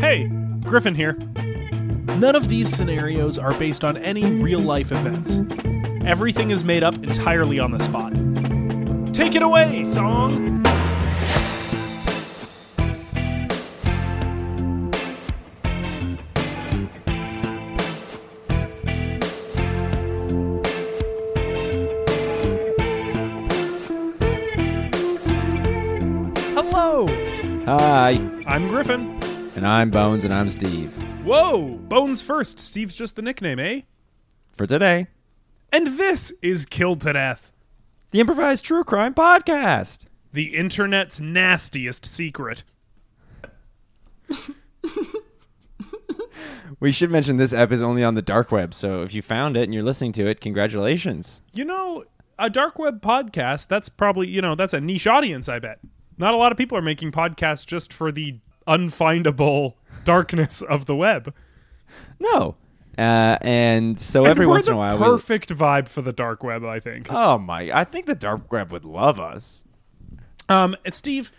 Hey, Griffin here. None of these scenarios are based on any real life events. Everything is made up entirely on the spot. Take it away, song! Hello! Hi, I'm Griffin. and I'm Bones, and I'm Steve. Whoa! Bones first. Steve's just the nickname, eh? For today, And this is Killed to Death, the improvised true crime podcast. the internet's nastiest secret. We should mention this app is only on the dark web, so if you found it and you're listening to it, congratulations. You know, a dark web podcast, that's probably, you know, that's a niche audience, I bet. Not a lot of people are making podcasts just for the unfindable darkness of the web. No, uh, and so And every we're once the in a while, we- perfect vibe for the dark web, I think. oh my, I think the dark web would love us. Um, and Steve,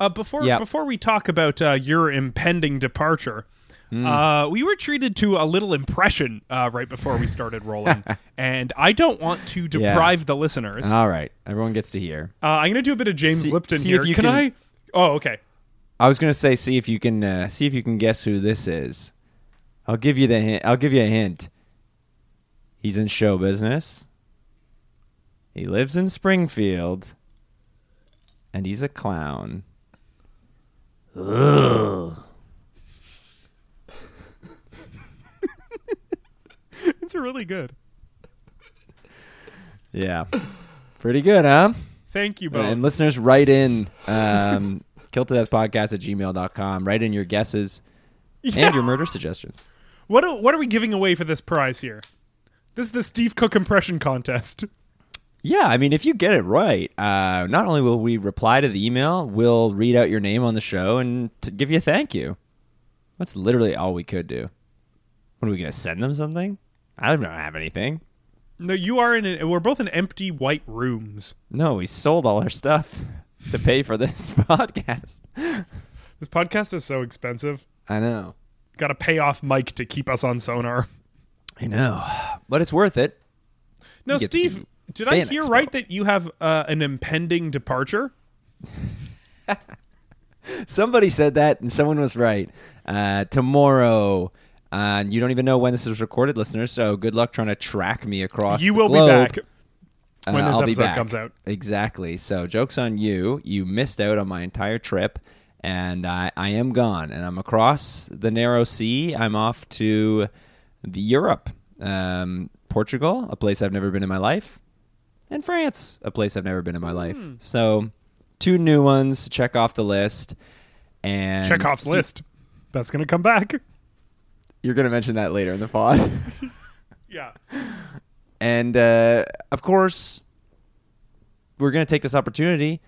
uh, before Yeah. before we talk about uh, your impending departure, Hmm. uh, we were treated to a little impression uh, right before we started rolling, and I don't want to Yeah. deprive the listeners. Uh, All right, everyone gets to hear. I'm going to do a bit of James See- Lipton see if here. you can, can- I? Oh, okay. I was gonna say, see if you can uh, see if you can guess who this is. I'll give you the hint. I'll give you a hint. He's in show business. He lives in Springfield, and he's a clown. It's really good. Yeah, pretty good, huh? Thank you, And Bones. listeners, write in um, kill to death podcast at gmail.com. Write in your guesses Yeah. and your murder suggestions. What are, what are we giving away for this prize here? This is the Steve Cook impression contest. Yeah, I mean, if you get it right, uh, not only will we reply to the email, we'll read out your name on the show and t- give you a thank you. That's literally all we could do. What are we gonna send them something? I don't have anything. No, you are in. A, we're both in empty white rooms. No, we sold all our stuff to pay for this podcast. This podcast is so expensive. I know. Got to pay off Mike to keep us on sonar. I know, but it's worth it. No, get to Steve, do did I Fan hear Expo. right that you have uh, an impending departure? Somebody said that, and someone was right. Uh, tomorrow, uh, you don't even know when this is recorded, listeners. So good luck trying to track me across. you the will globe. be back. when this Uh, I'll be episode back. comes out. Exactly. So jokes on you. You missed out on my entire trip, and I, I am gone. And I'm across the narrow sea. I'm off to the Europe, um, Portugal, a place I've never been in my life, and France, a place I've never been in Hmm. my life. So two new ones. to Check off the list. And Chekhov's list. That's going to come back. You're gonna mention that later in the pod. Yeah. And uh, of course, we're going to take this opportunity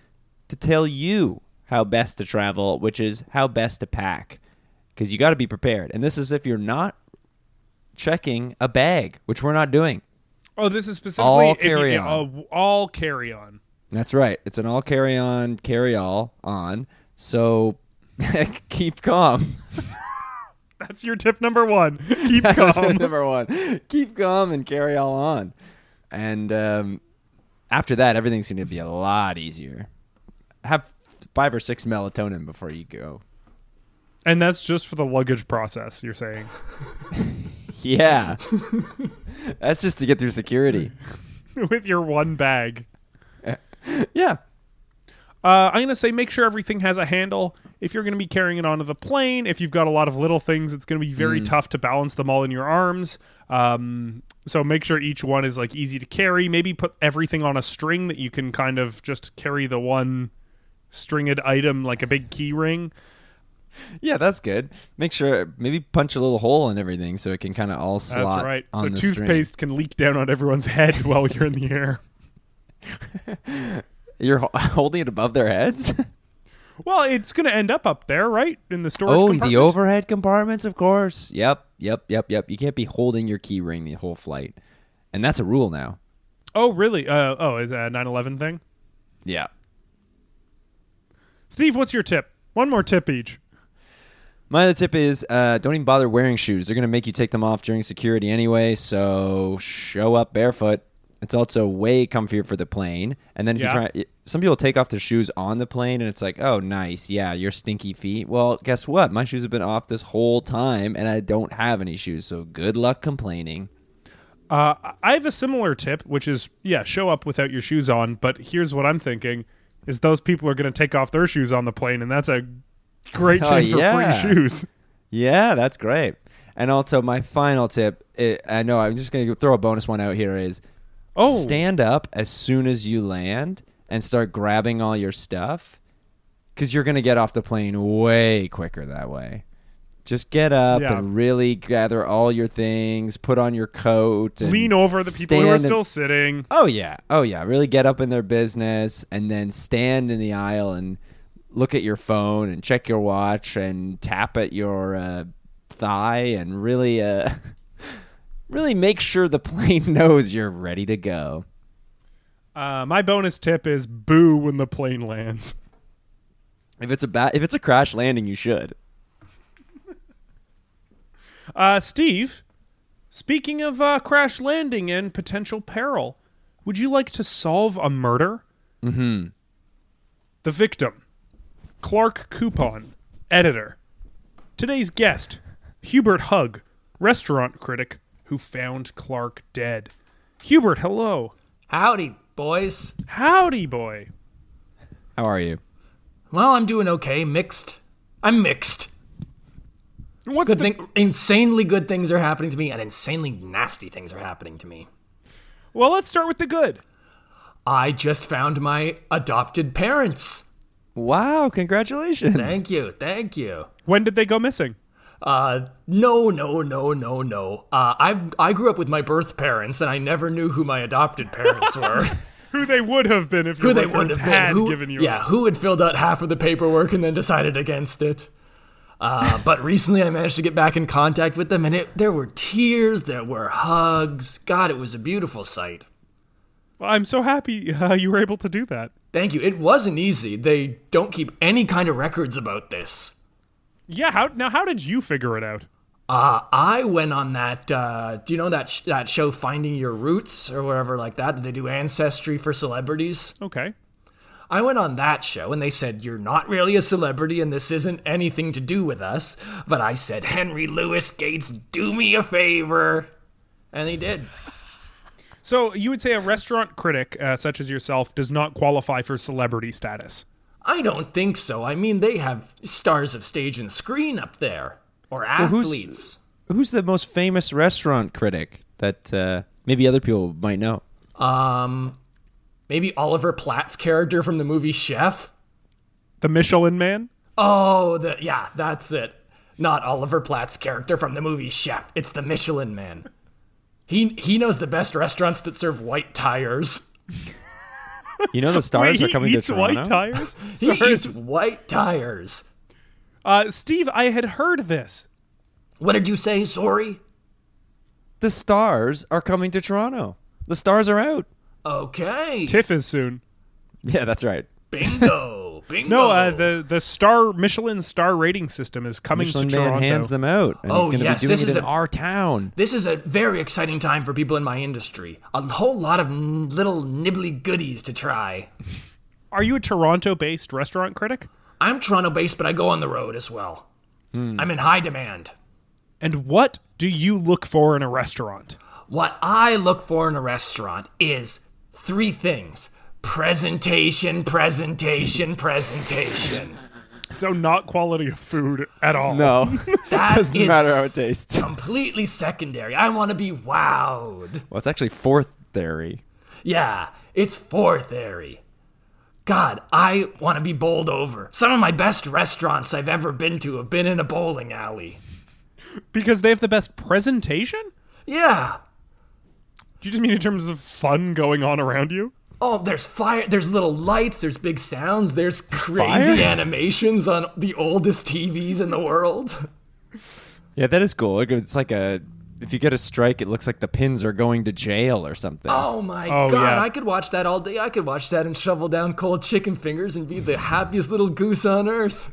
to tell you how best to travel, which is how best to pack, because you got to be prepared. And this is if you're not checking a bag, which we're not doing. Oh, this is specifically All if you- carry-on. uh, w- all carry on. That's right. It's an all carry on, carry all on. So keep calm. That's your tip number one. Keep That's calm. number one. Keep calm and carry all on. And um, after that, everything's going to be a lot easier. Have five or six melatonin before you go. and that's just for the luggage process, you're saying. Yeah. That's just to get through security. With your one bag. Yeah. Uh, I'm going to say make sure everything has a handle If you're going to be carrying it onto the plane, if you've got a lot of little things, it's going to be Mm. very tough to balance them all in your arms. Um, so make sure each one is like easy to carry. Maybe put everything on a string that you can kind of just carry the one stringed item like a big key ring. Yeah, that's good. Make sure maybe punch a little hole in everything so it can kind of all That's slot. right. On So the string. toothpaste can leak down on everyone's head while you're in the air. You're ho- holding it above their heads. Well, it's going to end up up there, right? In the storage. oh, compartment. the overhead compartments, of course. Yep, yep, yep, yep. You can't be holding your key ring the whole flight, and that's a rule now. Oh, really? Uh, oh, is that a 9/11 thing? Yeah. Steve, what's your tip? One more tip each. My other tip is uh, don't even bother wearing shoes. They're going to make you take them off during security anyway, so show up barefoot. It's also way comfier for the plane. And then if Yeah. you try, some people take off their shoes on the plane and it's like, oh, nice. Yeah, your stinky feet. Well, guess what? My shoes have been off this whole time and I don't have any shoes, so good luck complaining. Uh, I have a similar tip, which is yeah, show up without your shoes on. But here's what I'm thinking: is those people are going to take off their shoes on the plane, and that's a great Oh, chance yeah. for free shoes. Yeah, that's great. And also, my final tip i I know I'm just going to throw a bonus one out here is Oh. stand up as soon as you land and start grabbing all your stuff because you're going to get off the plane way quicker that way. Just get up Yeah. and really gather all your things, put on your coat, and Lean over the people who are stand and- still sitting. Oh yeah, oh yeah. Really get up in their business, and then stand in the aisle and look at your phone and check your watch and tap at your uh, thigh and really, uh, really make sure the plane knows you're ready to go. Uh, my bonus tip is boo when the plane lands. If it's a ba- if it's a crash landing, you should. Uh, Steve, speaking of uh, crash landing and potential peril, would you like to solve a murder? Mm hmm. The victim, Clark Coupon, editor. Today's guest, Hubert Hug, restaurant critic who found Clark dead. Hubert, hello. Howdy, boys. Howdy, boy. How are you? Well, I'm doing okay. Mixed. I'm mixed. What's Good the thing, insanely good things are happening to me, and insanely nasty things are happening to me. well? Let's start with the good. I just found my adopted parents. Wow! Congratulations. Thank you, thank you. When did they go missing? Uh, no, no, no, no, no. Uh, I've I grew up with my birth parents, and I never knew who my adopted parents were. Who they would have been if your who they would parents have been. had who, given you? yeah, who had filled out half of the paperwork and then decided against it. Uh, but recently, I managed to get back in contact with them, and it, there were tears, there were hugs. God, it was a beautiful sight. Well, I'm so happy uh, you were able to do that. Thank you. It wasn't easy. They don't keep any kind of records about this. Yeah, how now how did you figure it out? Uh, I went on that. Uh, do you know that sh- that show, Finding Your Roots, or whatever like that? That they do ancestry for celebrities. Okay. I went on that show and they said, You're not really a celebrity and this isn't anything to do with us. But I said, Henry Louis Gates, do me a favor. And they did. So you would say a restaurant critic uh, such as yourself does not qualify for celebrity status. I don't think so. I mean, they have stars of stage and screen up there, or who's- athletes. Who's the most famous restaurant critic that uh, maybe other people might know? um, maybe Oliver Platt's character from the movie Chef. The Michelin Man? Oh, the, yeah, that's it. Not Oliver Platt's character from the movie Chef. It's the Michelin Man. He, he knows the best restaurants that serve white tires. You know the stars Wait, Oh, are coming he eats to Toronto. white tires? He Sorry. eats white tires. Uh, Steve, I had heard this. What did you say? Sorry. the stars are coming to Toronto. The stars are out. Okay. Tiff is soon. Yeah, that's right. Bingo. Bingo. No, uh, Oh. the the star Michelin star rating system is coming Michelin to Man Toronto. hands them out, and Oh, he's going to yes, be doing this it is in a- our town. This is a very exciting time for people in my industry. A whole lot of n- little nibbly goodies to try. Are you a Toronto-based restaurant critic? I'm Toronto based, but I go on the road as well. Hmm. I'm in high demand. And what do you look for in a restaurant? What I look for in a restaurant is three things presentation, presentation, presentation. So not quality of food at all. No, That doesn't is matter how it tastes. Completely secondary. I want to be wowed. Well, it's actually fourth theory. Yeah, it's fourth airy. God, I want to be bowled over. Some of my best restaurants I've ever been to have been in a bowling alley. Because they have the best presentation? Yeah. Do you just mean in terms of fun going on around you? Oh, there's fire. There's little lights. There's big sounds. There's crazy fire? animations on the oldest TVs in the world. Yeah, that is cool. Like, It's like a if you get a strike, it looks like the pins are going to jail or something. Oh my Oh, God, yeah. I could watch that all day. I could watch that and shovel down cold chicken fingers and be the happiest little goose on earth.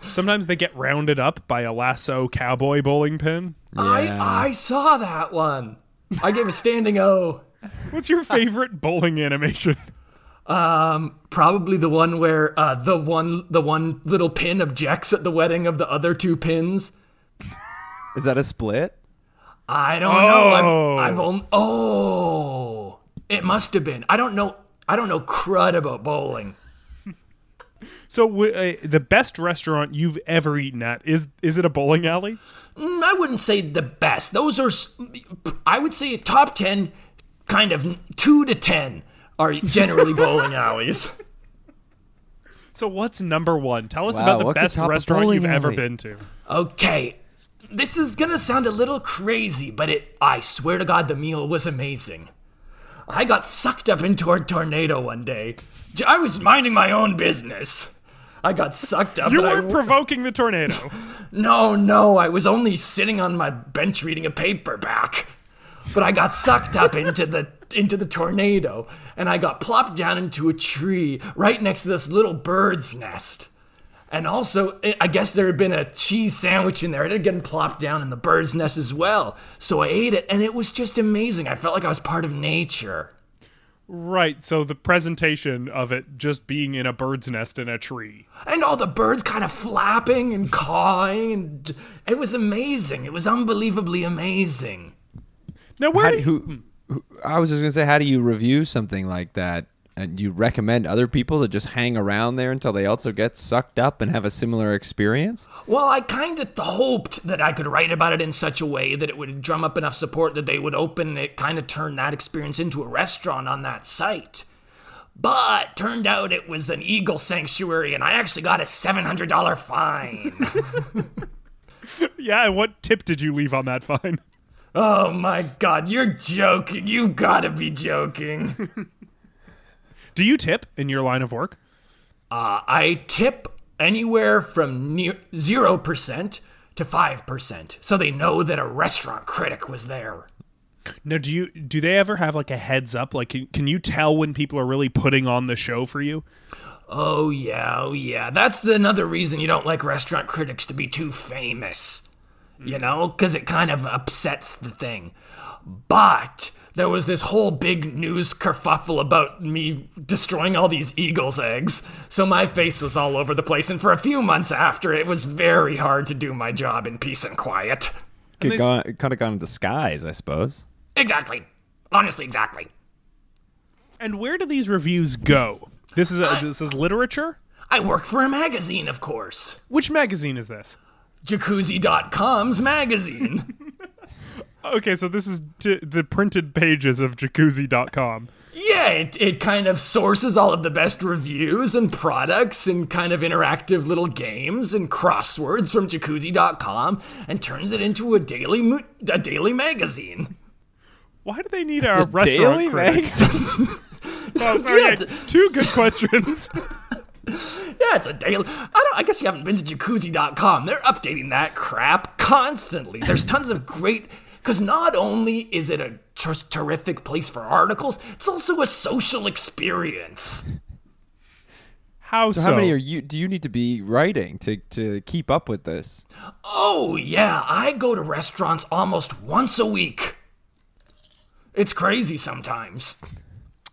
Sometimes they get rounded up by a lasso cowboy bowling pin. Yeah. I I saw that one. I gave a standing O. What's your favorite bowling animation? Probably the one where uh, the one the one little pin objects at the wedding of the other two pins. Is that a split? I don't Oh. know. I've, I've only oh, it must have been. I don't know. I don't know crud about bowling. So w- uh, the best restaurant you've ever eaten at is is it a bowling alley? Mm, I wouldn't say the best. Those are. s- I would say top ten, kind of two to ten are generally bowling alleys. So what's number 1? Tell us Wow, about the what could best top a restaurant bowling you've ever alley? been to. Okay, this is gonna sound a little crazy, but it. I swear to God, the meal was amazing. I got sucked up into a tornado one day. J- I was minding my own business. I got sucked up. You and I weren't w- provoking the tornado. No, no, I was only sitting on my bench reading a paperback. But I got sucked up into the into the tornado and I got plopped down into a tree right next to this little bird's nest. And also, I- I guess there had been a cheese sandwich in there. It had gotten plopped down in the bird's nest as well. So I ate it and it was just amazing. I felt like I was part of nature. right, so the presentation of it just being in a bird's nest in a tree. And all the birds kind of flapping and cawing and it was amazing. It was unbelievably amazing. Now where How, do do- who, who? I was just gonna say, how do you review something like that? And do you recommend other people to just hang around there until they also get sucked up and have a similar experience? Well, I kind of hoped that I could write about it in such a way that it would drum up enough support that they would open it, kind of turn that experience into a restaurant on that site. But turned out it was an eagle sanctuary, and I actually got a $700 fine. Yeah, and what tip did you leave on that fine? oh my god, you're joking. You've got to be joking. Do you tip in your line of work? Uh, I tip anywhere from near 0% to 5%, so they know that a restaurant critic was there. Now, do you do they ever have like a heads up? Like, can, can you tell when people are really putting on the show for you? Oh yeah, oh yeah. That's the, another reason you don't like restaurant critics to be too famous. You know, because it kind of upsets the thing. But there was this whole big news kerfuffle about me destroying all these eagles' eggs. So my face was all over the place, and for a few months after, it was very hard to do my job in peace and quiet. Could gone, kind of gone in disguise, I suppose. Exactly. Honestly, exactly. And where do these reviews go? This is a, this is literature. I work for a magazine, of course. Which magazine is this? Jacuzzi.com's magazine. Okay, so this is t- the printed pages of jacuzzi.com. Yeah, it, it kind of sources all of the best reviews and products and kind of interactive little games and crosswords from jacuzzi.com and turns it into a daily mo- a daily magazine. Why do they need our restaurant critic? Oh, sorry, Yeah, I- it's- two good questions. yeah, it's a daily I don't I guess you haven't been to jacuzzi.com. They're updating that crap constantly. There's tons of great cuz not only is it a just terrific place for articles, it's also a social experience. How so? How many are you? Do you need to be writing to to keep up with this? Oh, yeah, I go to restaurants almost once a week. It's crazy sometimes.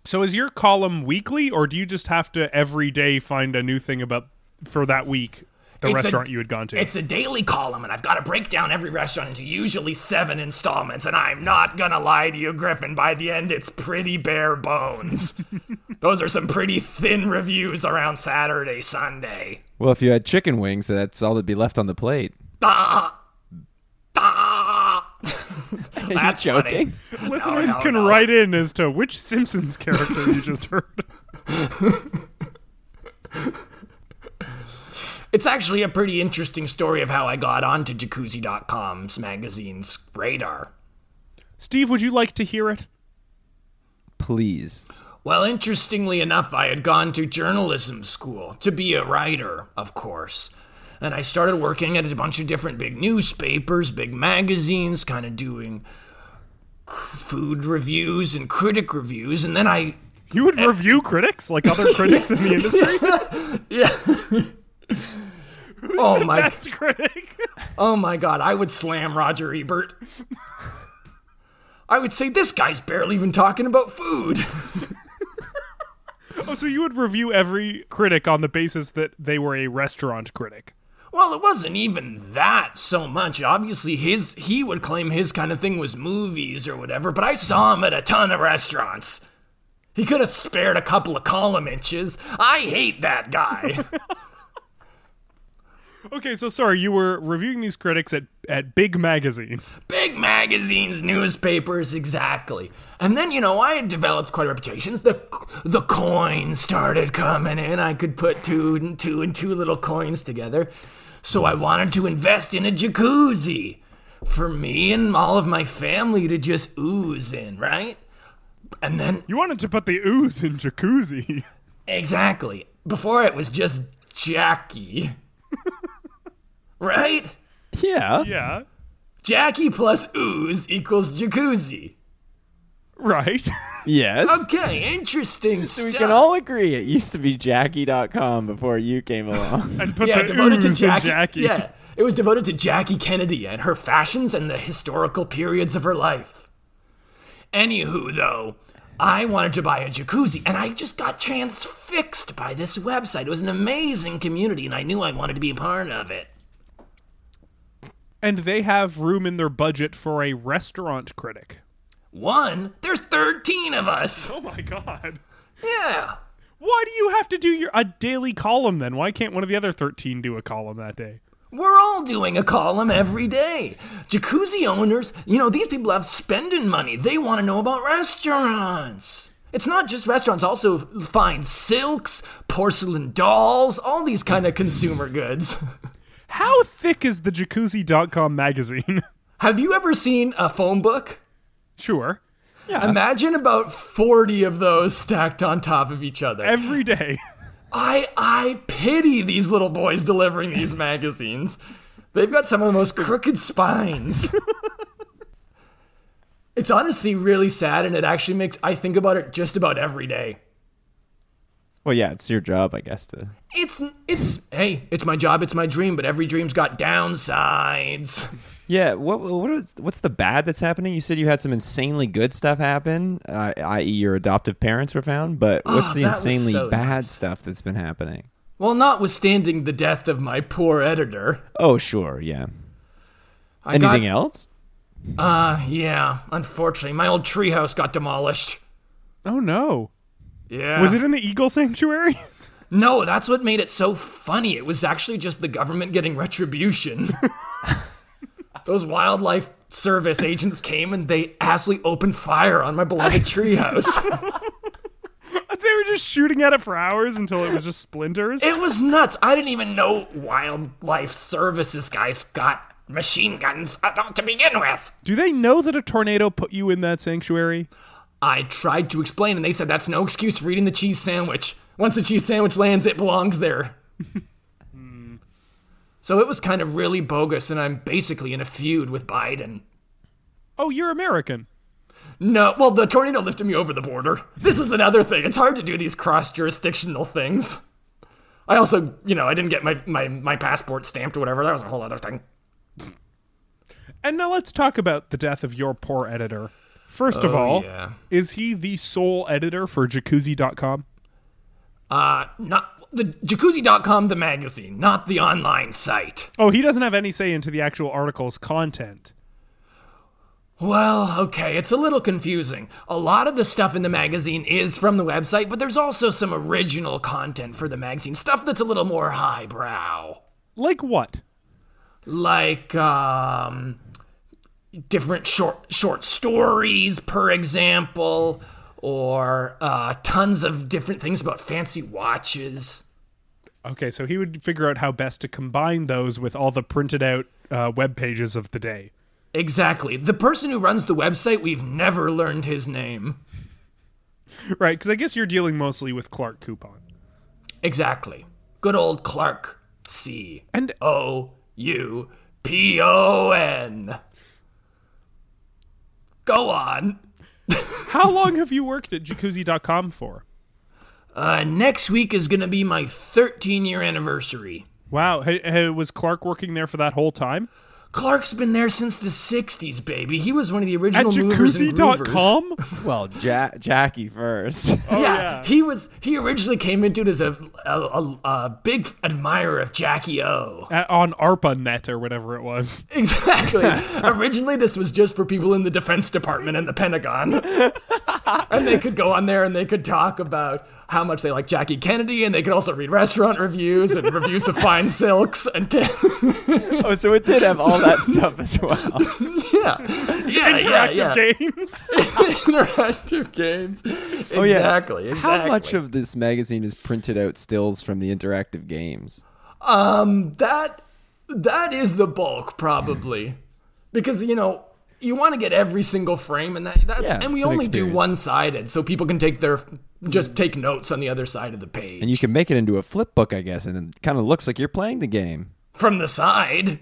so is your column weekly, or do you just have to every day find a new thing about for that week? The It's a- restaurant you had gone to. It's a daily column, and I've got to break down every restaurant into usually seven installments, and I'm not gonna lie to you, Griffin, by the end, it's pretty bare bones. Those are some pretty thin reviews around Saturday, Sunday. Well, if you had chicken wings, that's all that'd be left on the plate. Ah, ah. Are you That's joking? funny. Listeners no, can no. write in as to which Simpsons character you just heard. It's actually a pretty interesting story of how I got onto Jacuzzi.com's magazine's radar. Steve, would you like to hear it? Please. Well, interestingly enough, I had gone to journalism school to be a writer, of course. And I started working at a bunch of different big newspapers, big magazines, kind of doing c- food reviews and critic reviews. And then I You Eh. would review critics like other critics in the industry. oh my Best critic. oh my god, I would slam Roger Ebert. I would say this guy's barely even talking about food. Oh, so you would review every critic on the basis that they were a restaurant critic. Well, it wasn't even that so much. Obviously, his he would claim his kind of thing was movies or whatever, but I saw him at a ton of restaurants. He could have spared a couple of column inches. I hate that guy. Okay, so sorry, you were reviewing these critics at, at Big Magazine. Big magazines, newspapers, exactly. And then, you know, I had developed quite a reputation. The the coins started coming in. I could put two and two and two little coins together. So I wanted to invest in a jacuzzi for me and all of my family to just ooze in, right? And then You wanted to put the ooze in jacuzzi. exactly. Before it was just Jackie. right? Yeah. Yeah. Jackie plus ooze equals jacuzzi. Right. Yes. Okay, interesting stuff. We can all agree it used to be Jackie.com before you came along. And put yeah, the devoted to ooze Jackie, in Jackie. Yeah, it was devoted to Jackie Kennedy and her fashions and the historical periods of her life. Anywho, though, I wanted to buy a jacuzzi, and I just got transfixed by this website. It was an amazing community, and I knew I wanted to be a part of it. And they have room in their budget for a restaurant critic. One, there's 13 of us. Oh my god. Yeah. Why do you have to do your a daily column then? Why can't one of the other 13 do a column that day? We're all doing a column every day. Jacuzzi owners, you know, these people have spending money. They want to know about restaurants. It's not just restaurants, also fine silks, porcelain dolls, all these kind of consumer goods. How thick is the jacuzzi.com magazine? Have you ever seen a phone book? sure. Imagine about 40 of those stacked on top of each other. Every day. I I pity these little boys delivering these magazines. They've got some of the most crooked spines. it's honestly really sad and it actually makes I think about it just about every day. Well, yeah, it's your job, I guess, to. It's it's hey, it's my job, it's my dream, but every dream's got downsides. Yeah. What what is what's the bad that's happening? You said you had some insanely good stuff happen, uh, i.e., your adoptive parents were found. But what's the Ah, that was insanely so bad stuff that's been happening? Well, notwithstanding the death of my poor editor, Oh, sure. Yeah. I got- Anything else? Uh, yeah, unfortunately, my old treehouse got demolished. Oh no. Yeah. Was it in the eagle sanctuary? No, that's what made it so funny. It was actually just the government getting retribution. Those wildlife service agents came and they actually opened fire on my beloved treehouse. they were just shooting at it for hours until it was just splinters. it was nuts. I didn't even know wildlife services guys got machine guns uh, to begin with. Do they know that a tornado put you in that sanctuary? I tried to explain and they said that's no excuse for eating the cheese sandwich. Once the cheese sandwich lands, it belongs there. so it was kind of really bogus and I'm basically in a feud with Biden. Oh, you're American. No, well, the tornado lifted me over the border. This is another thing. It's hard to do these cross jurisdictional things. I also, you know, I didn't get my, my, my passport stamped or whatever. That was a whole other thing. And now let's talk about the death of your poor editor. First of all, yeah. is he the sole editor for jacuzzi.com? Uh, not the jacuzzi.com, the magazine, not the online site. Oh, he doesn't have any say into the actual article's content. Well, okay, it's a little confusing. A lot of the stuff in the magazine is from the website, but there's also some original content for the magazine, stuff that's a little more highbrow. Like what? Like um different short short stories, per example, or uh, tons of different things about fancy watches. Okay, so he would figure out how best to combine those with all the printed out uh, web pages of the day. Exactly. The person who runs the website, we've never learned his name. Right, because I guess you're dealing mostly with Clark Coupon. Exactly. Good old Clark. C And O U P O N. Go on. how long have you worked at jacuzzi.com for? Uh, next week is going to be my 13 year anniversary. Wow, hey, hey, was Clark working there for that whole time? Clark's been there since the 60s, baby. He was one of the At original movers and groovers. jacuzzi.com? Well, ja- Jackie first. yeah, he was. He originally came into it as a a, a, a big admirer of Jackie O. At, on ARPANET or whatever it was. Exactly. originally, this was just for people in the Defense Department and the Pentagon, and they could go on there and they could talk about how much they like Jackie Kennedy, and they could also read restaurant reviews and reviews of fine silks and t- oh, so it did have all that stuff as well. yeah, yeah, yeah, Interactive yeah. games. interactive games. Oh, yeah. Exactly. Exactly. How much of this magazine is printed out stills from the interactive games? Um, that that is the bulk probably because you know you want to get every single frame and that that's, Yeah, and we it's an only do experience. one sided so people can take their just take notes on the other side of the page And you can make it into a flip book, I guess, and it kind of looks like you're playing the game. from the side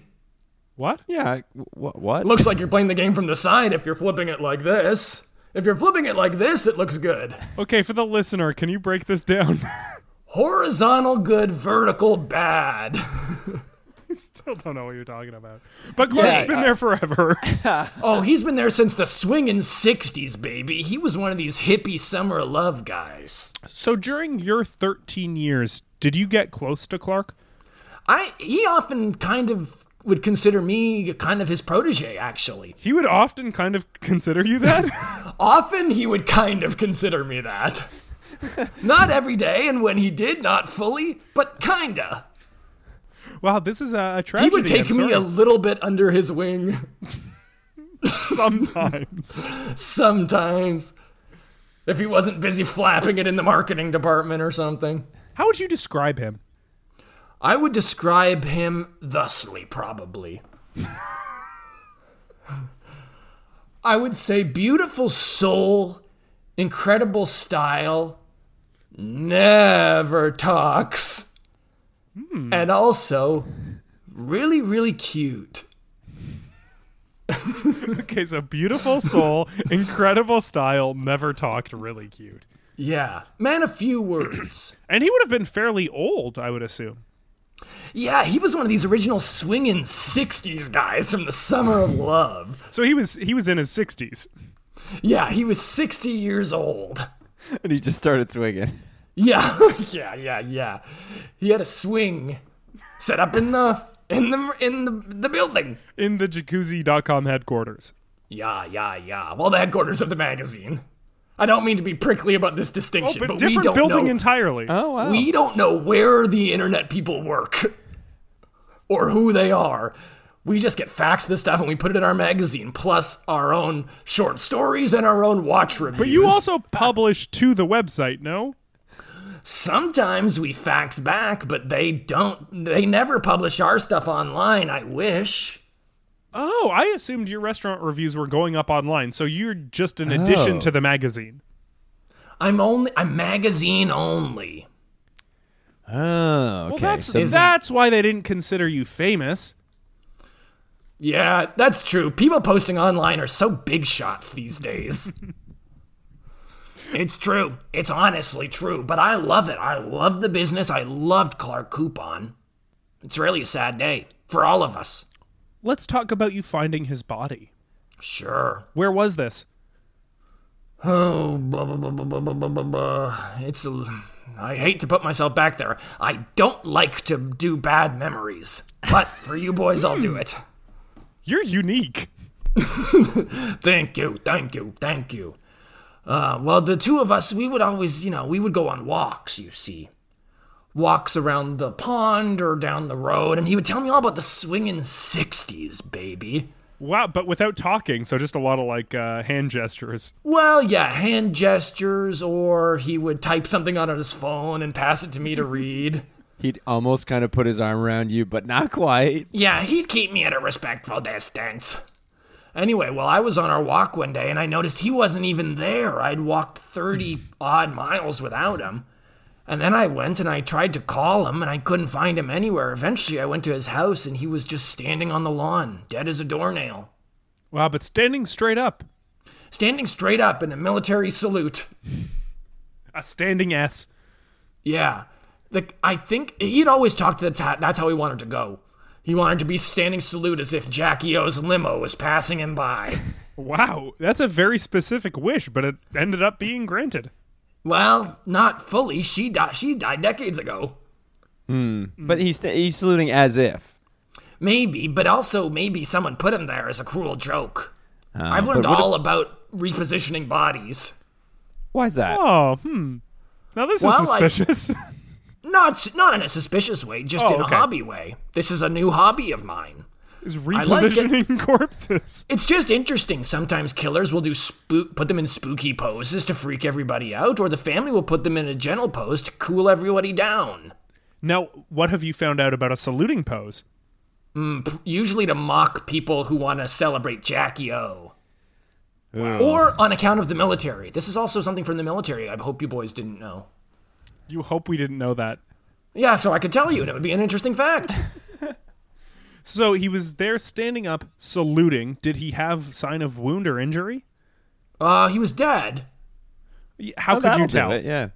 what? Yeah. What? what? looks like you're playing the game from the side if you're flipping it like this if you're flipping it like this it looks good Okay, for the listener, can you break this down? horizontal good vertical bad I still don't know what you're talking about. But Clark's Yeah, been there forever. oh he's been there since the swinging 60s baby he was one of these hippie summer of love guys so during your 13 years, did you get close to Clark? I he often kind of would consider me kind of his protege actually. He would often kind of consider you that. Often he would kind of consider me that. not every day and when he did not fully, but kinda. wow, this is a, a He tragedy. would take I'm me sorry. a little bit under his wing sometimes. sometimes if he wasn't busy flapping it in the marketing department or something. How would you describe him? I would describe him thusly, probably. I would say beautiful soul, incredible style, never talks, and also really, really cute. Okay, so beautiful soul, incredible style, never talked, really cute. Yeah, man of few words. And he would have been fairly old, I would assume. Yeah, he was one of these original swinging 60s guys from the Summer of Love. So he was he was in his 60s. Yeah, he was 60 years old. and he just started swinging. Yeah, yeah, yeah, yeah. He had a swing set up in the in the in the, the building. in the jacuzzi.com headquarters. Yeah, yeah, yeah. Well, the headquarters of the magazine. I don't mean to be prickly about this Oh, distinction, but, but, we different don't building know. entirely. Oh wow. we don't know where the internet people work or who they are. We just get faxed this stuff and we put it in our magazine, plus our own short stories and our own watch reviews. but you also publish to the website, no? Sometimes we fax back, but they don't. They never publish our stuff online. I wish. Oh, I assumed your restaurant reviews were going up online, so you're just an addition Oh. to the magazine. I'm only. I'm magazine only. oh, okay. Well, that's so that's why they didn't consider you famous. Yeah, that's true. People posting online are so big shots these days. it's true. It's honestly true. But I love it. I love the business. I loved Clark Coupon. It's really a sad day for all of us. Let's talk about you finding his body. Sure. Where was this? Oh, blah, blah, blah, blah, blah, blah, blah, blah, blah. It's a. I hate to put myself back there. I don't like to do bad memories. But for you boys, I'll do it. You're unique. thank you, thank you, thank you. Uh, well, the two of us, we would always, you know, we would go on walks, you see. Walks around the pond or down the road, and he would tell me all about the swinging 60s, baby. Wow, but without talking, so just a lot of like uh, hand gestures. Well, yeah, hand gestures, or he would type something out on his phone and pass it to me to read. He'd almost kind of put his arm around you, but not quite. Yeah, he'd keep me at a respectful distance. Anyway, well, I was on our walk one day and I noticed he wasn't even there. I'd walked 30 odd miles without him. And then I went and I tried to call him and I couldn't find him anywhere. Eventually, I went to his house and he was just standing on the lawn, dead as a doornail, Wow, but standing straight up. standing straight up in a military salute. A standing S. Yeah. Like I think he'd always talk to the ta- that's how he wanted to go. He wanted to be standing salute as if Jackie O's limo was passing him by. Wow, that's a very specific wish, but it ended up being granted. Well, not fully. She died. She died decades ago. But he's he's saluting as if. Maybe, but also maybe someone put him there as a cruel joke. I've learned but what all about repositioning bodies. Why's that? Oh, hmm. Now this Well, is like- suspicious. Not not in a suspicious way, just Oh, in okay. a hobby way. This is a new hobby of mine. is like it. repositioning corpses. It's just interesting. Sometimes killers will do spook, put them in spooky poses to freak everybody out, or the family will put them in a gentle pose to cool everybody down, Now, what have you found out about a saluting pose? usually to mock people who want to celebrate Jackie O. Or on account of the military. This is also something from the military. I hope you boys didn't know. You hope we didn't know that. Yeah, so I could tell you, and it would be an interesting fact. So he was there standing up, saluting. Did he have sign of wound or injury? Uh, he was dead. Y- How Oh, could that'll you do tell? it, yeah.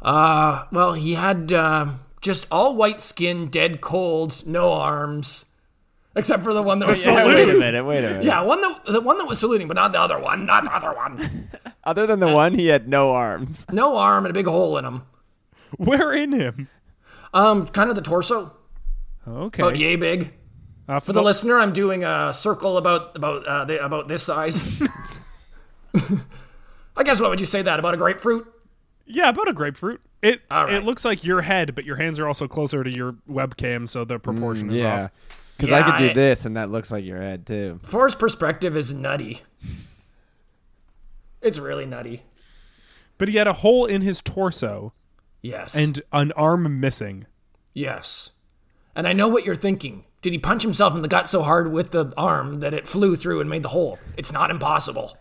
Uh, well, he had uh, just all white skin, dead cold, no arms, except for the one that was Yeah, saluting. wait a minute. Wait a minute. Yeah, one that the one that was saluting, but not the other one. Not the other one. Other than the one, he had no arms. No arm and a big hole in him. Where in him? Um, kind of the torso, Okay. about yay big. Uh, for For the listener, I'm doing a circle about about uh, the, about this size. I guess what would you say that about a grapefruit? yeah, about a grapefruit. It All right. it looks like your head, but your hands are also closer to your webcam, so the proportion is Mm, Yeah. off. Because I Yeah, could do I- this, and that looks like your head too. Forrest perspective is nutty. It's really nutty. But he had a hole in his torso Yes. and an arm missing. yes. And I know what you're thinking. Did he punch himself in the gut so hard with the arm that it flew through and made the hole? It's not impossible.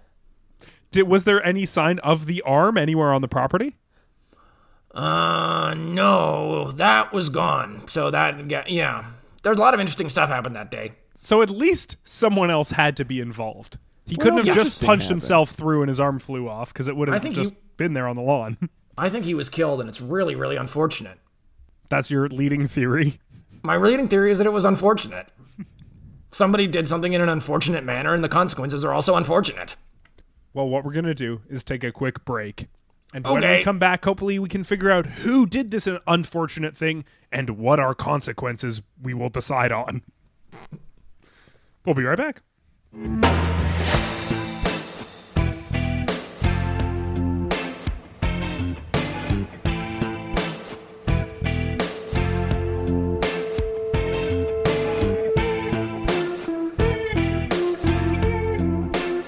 Did, was there any sign of the arm anywhere on the property? Uh, no, that was gone. So that, ga- yeah. There's a lot of interesting stuff happened that day. So at least someone else had to be involved. He couldn't have just interesting punched happened. himself through and his arm flew off because it would have think just he- been there on the lawn. I think he was killed, and it's really, really unfortunate. That's your leading theory. My reading theory is that it was unfortunate. Somebody did something in an unfortunate manner, and the consequences are also unfortunate. Well, what we're going to do is take a quick break. And when we Okay. come back, hopefully we can figure out who did this unfortunate thing and what our consequences we will decide on. We'll be right back.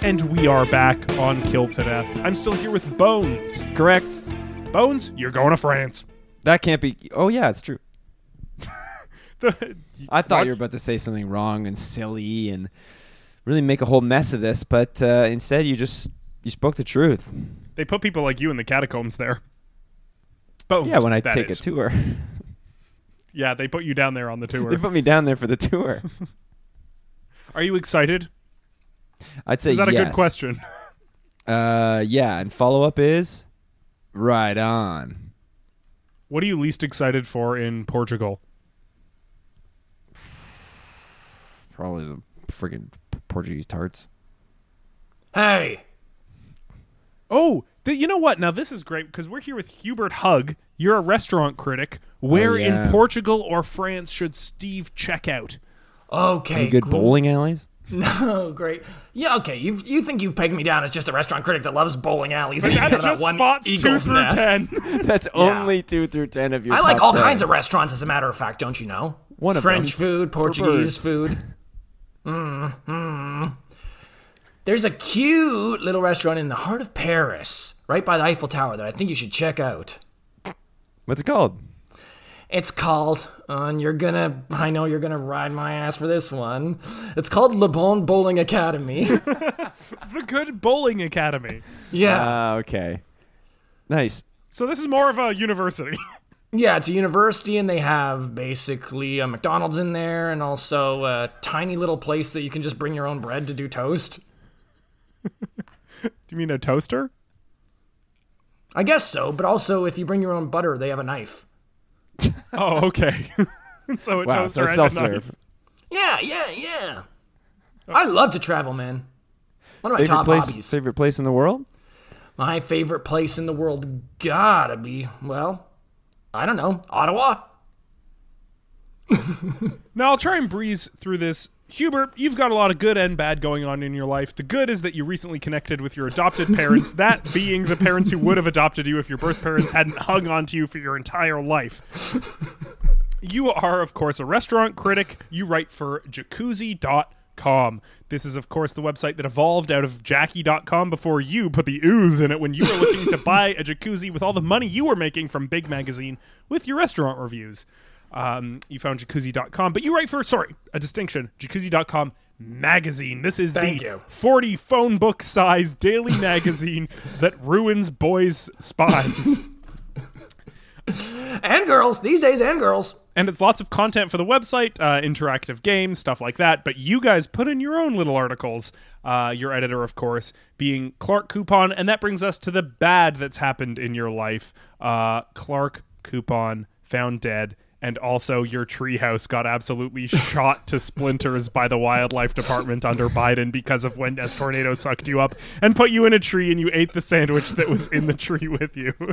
And we are back on Kill to Death. I'm still here with Bones. Correct. Bones, you're going to France. That can't be. Oh yeah, it's true. The- I thought you were about to say something wrong and silly and really make a whole mess of this, but uh, instead you just you spoke the truth. they put people like you in the catacombs there. Bones. Yeah, when I Oh, that take is. a tour, Yeah, they put you down there on the they tour. put me down there for the tour. Are you excited? I'd say Is that a good yes. question? Uh, yeah, and follow up is right on. What are you least excited for in Portugal? Probably the freaking Portuguese tarts. Hey, Oh, th- you know what? Now this is great because we're here with Hubert Hug. You're a restaurant critic. Where Oh, yeah. in Portugal or France should Steve check out? okay, Good gr- bowling alleys. No, great. Yeah, okay. You you think you've pegged me down as just a restaurant critic that loves bowling alleys and That's you've got just about one spots two eagle's through nest. ten. That's only two through ten of your. I like top all 10. kinds of restaurants, as a matter of fact. Don't you know? One of French them's food, birds. Portuguese food. Mm, mm. There's a cute little restaurant in the heart of Paris, right by the Eiffel Tower, that I think you should check out. What's it called? It's called, uh, and you're gonna, I know you're gonna ride my ass for this one. It's called Le Bon Bowling Academy. the Good Bowling Academy. yeah. Ah, okay. Nice. So this is more of a university. Yeah, it's a university, and they have basically a McDonald's in there, and also a tiny little place that you can just bring your own bread to do toast. Do you mean a toaster? I guess so, but also if you bring your own butter, they have a knife. Oh, okay. so a Wow. toaster So and a self knife. serve. Yeah, yeah, yeah. I love to travel, man. One of my Oh. Favorite top place. hobbies. Favorite place in the world. My favorite place in the world gotta be, well, I don't know, Ottawa. Now I'll try and breeze through this. Hubert, you've got a lot of good and bad going on in your life. The good is that you recently connected with your adopted parents, that being the parents who would have adopted you if your birth parents hadn't hung on to you for your entire life. You are, of course, a restaurant critic. You write for jacuzzi.com. This is, of course, the website that evolved out of Jackie.com before you put the ooze in it when you were looking to buy a jacuzzi with all the money you were making from Big Magazine with your restaurant reviews. Um, you found jacuzzi.com, but you write for, sorry, a distinction, jacuzzi.com magazine. This is Thank the you. 40 phone book size daily magazine that ruins boys' spines. And girls, these days, and girls. and it's lots of content for the website, uh, interactive games, stuff like that. But you guys put in your own little articles. Uh, your editor, of course, being Clark Coupon, and that brings us to the bad that's happened in your life. Uh, Clark Coupon found dead, and also your treehouse got absolutely shot to splinters by the wildlife department under Biden because of when as tornado sucked you up and put you in a tree, and you ate the sandwich that was in the tree with you.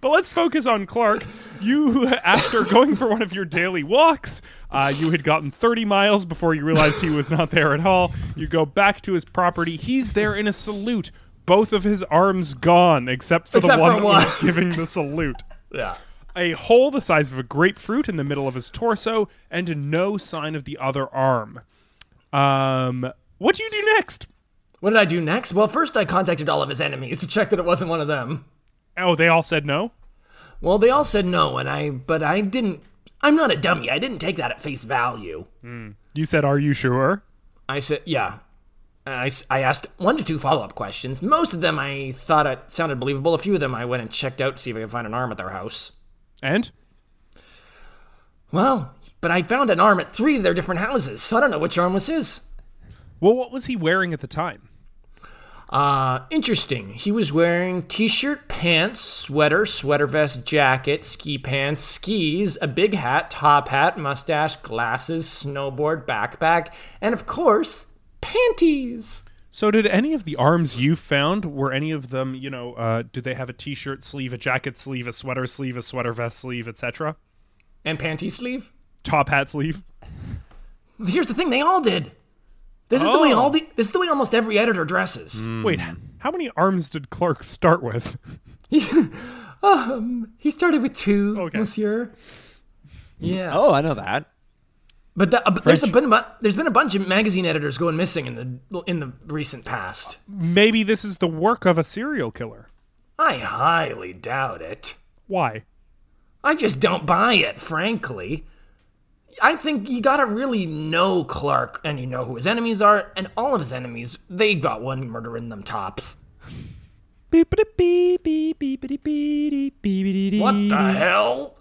But let's focus on Clark. You, after going for one of your daily walks, uh, you had gotten 30 miles before you realized he was not there at all. You go back to his property. He's there in a salute, both of his arms gone, except for Except the for one that one. was giving the salute. Yeah. A hole the size of a grapefruit in the middle of his torso, and no sign of the other arm. Um, what do you do next? What did I do next? Well, first I contacted all of his enemies to check that it wasn't one of them. Oh, they all said no? Well, they all said no, and I, but I didn't. I'm not a dummy. I didn't take that at face value. You said, Are you sure? I said, yeah. And I, s- I asked one to two follow up questions. Most of them I thought it sounded believable. A few of them I went and checked out to see if I could find an arm at their house. And? Well, but I found an arm at three of their different houses, so I don't know which arm was his. Well, what was he wearing at the time? Uh, interesting. He was wearing t shirt, pants, sweater, sweater vest, jacket, ski pants, skis, a big hat, top hat, mustache, glasses, snowboard, backpack, and of course, panties. So, did any of the arms you found were any of them? You know, uh, did they have a T-shirt sleeve, a jacket sleeve, a sweater sleeve, a sweater vest sleeve, etc.? And panty sleeve? Top hat sleeve. Here's the thing they all did. This is the way Oh. Mm. all the this is the way almost every editor dresses. Wait, Hmm. how many arms did Clark start with? um, He started with two, Okay. monsieur. Yeah. Oh, I know that. But, that, uh, but there's been a, bu- there's been a bunch of magazine editors going missing in the in the recent past. Maybe this is the work of a serial killer. I highly doubt it. Why? I just don't buy it, frankly. I think you gotta really know Clark and you know who his enemies are, and all of his enemies, they got one murder in them tops. Beep beep beep beep beep beep beep What the hell?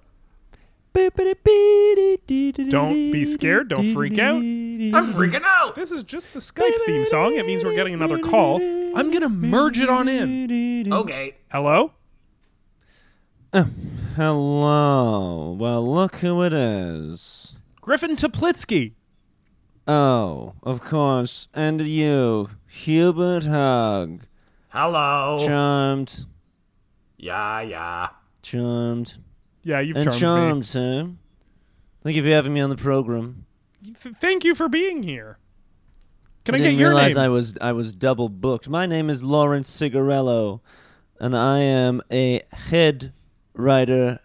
Don't be scared. Don't freak out. I'm freaking out! This is just the Skype theme song. It means we're getting another call. I'm gonna merge it on in. Okay. Hello. Hello. Well, look who it is. Griffin Toplitsky. Oh, of course. And you, Hubert Hug. Hello. Charmed. yeah, yeah. Charmed. Yeah, you've And charmed me. charmed, sir. Thank you for having me on the program. th- thank you for being here. Can I, didn't get your realize name? I was I was double booked. My name is Lawrence Cigarello, and I am a head writer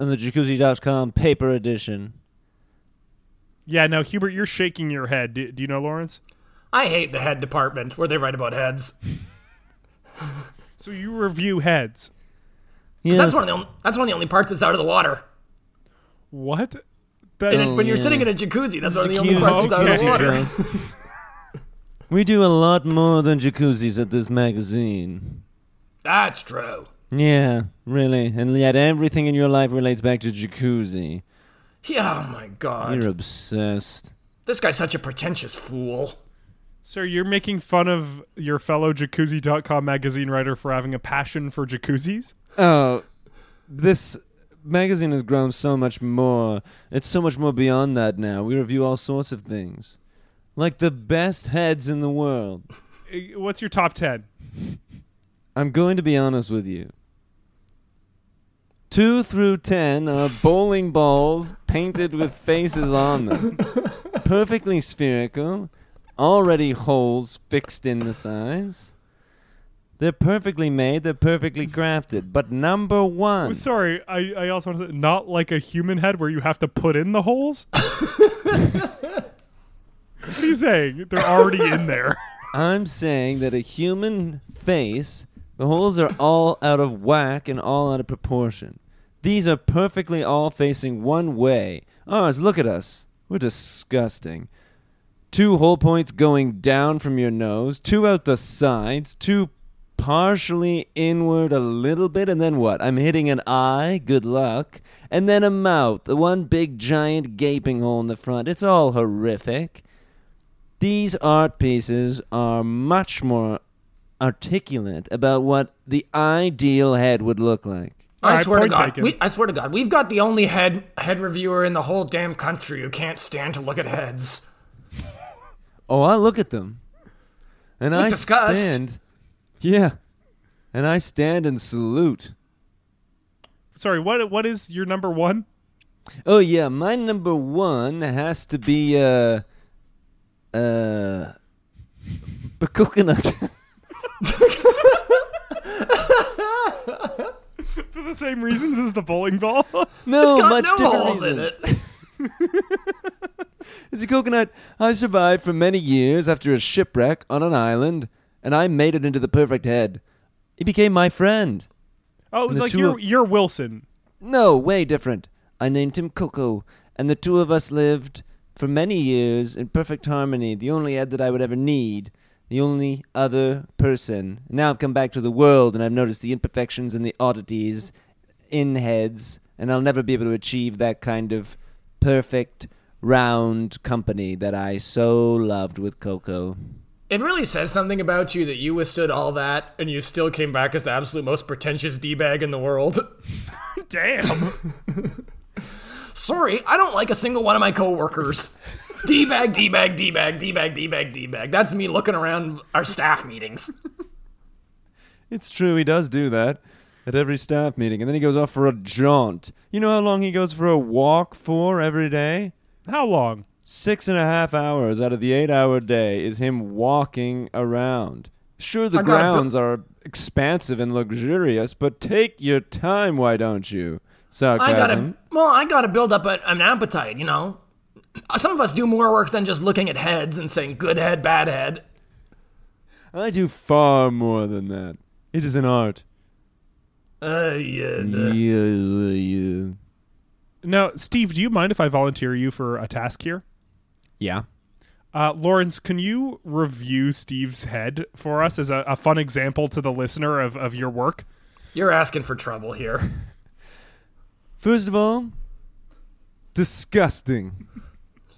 in the Jacuzzi.com paper edition. yeah, no, Hubert, you're shaking your head. Do, do you know Lawrence? I hate the head department where they write about heads. 'Cause So you review heads. Yes, That's one of the only, that's one of the only parts that's out of the water. What? That, And it- when you're Oh, yeah. sitting in a jacuzzi, that's one of the only Jacuzzi. parts that's out of the Okay. water. Jacuzzi. we do a lot more than jacuzzis at this magazine. That's true. Yeah, really, and yet everything in your life relates back to jacuzzi. Yeah, oh my god. You're obsessed. This guy's such a pretentious fool. sir, you're making fun of your fellow jacuzzi.com magazine writer for having a passion for jacuzzis? Oh, this magazine has grown so much more. It's so much more beyond that now. We review all sorts of things, like the best heads in the world. Uh, What's your top 10? I'm going to be honest with you. Two through ten are bowling balls painted with faces on them, perfectly spherical, already holes fixed in the sides. They're perfectly made. They're perfectly crafted. But number one. Oh, Sorry, I, I also want to say, not like a human head where you have to put in the holes? what are you saying? They're already in there. I'm saying that a human face, the holes are all out of whack and all out of proportion. These are perfectly all facing one way. Ours, look at us. We're disgusting. Two hole points going down from your nose, two out the sides, two partially inward a little bit, and then what? I'm hitting an eye, good luck, and then a mouth, the one big giant gaping hole in the front. It's all horrific. These art pieces are much more articulate about what the ideal head would look like. I Alright, swear to point God, taken. we, I swear to God, we've got the only head head reviewer in the whole damn country who can't stand to look at heads. Oh, I look at them. And I disgust. stand. Yeah. And I stand and salute. Sorry, what what is your number one? Oh yeah, my number one has to be uh uh but coconut. For the same reasons as the bowling ball? no, Got much no different holes in reasons. it. It's a coconut. I survived for many years after a shipwreck on an island, and I made it into the perfect head. He became my friend. oh, it was The like two you're, of- you're Wilson. No, way different. I named him Coco, and the two of us lived for many years in perfect harmony, the only head that I would ever need, the only other person. Now I've come back to the world, and I've noticed the imperfections and the oddities in heads, and I'll never be able to achieve that kind of perfect, round company that I so loved with Coco. It really says something about you that you withstood all that and you still came back as the absolute most pretentious d bag in the world. Damn. Sorry, I don't like a single one of my coworkers. D bag, D bag, D bag, D bag, D bag, D bag. That's me looking around our staff meetings. It's true, he does do that at every staff meeting, and then he goes off for a jaunt. You know how long he goes for a walk for every day? How long? Six and a half hours out of the eight hour day is him walking around. Sure, the I gotta bu- grounds are expansive and luxurious, but take your time, why don't you? I Sarcasm. gotta, well, I gotta build up a, an appetite, you know. Some of us do more work than just looking at heads and saying good head, bad head. I do far more than that. It is an art. Uh, yeah. Yeah, yeah, yeah. Now, Steve, do you mind if I volunteer you for a task here? Yeah. Uh, Lawrence, can you review Steve's head for us as a, a fun example to the listener of, of your work? You're asking for trouble here. First of all, disgusting.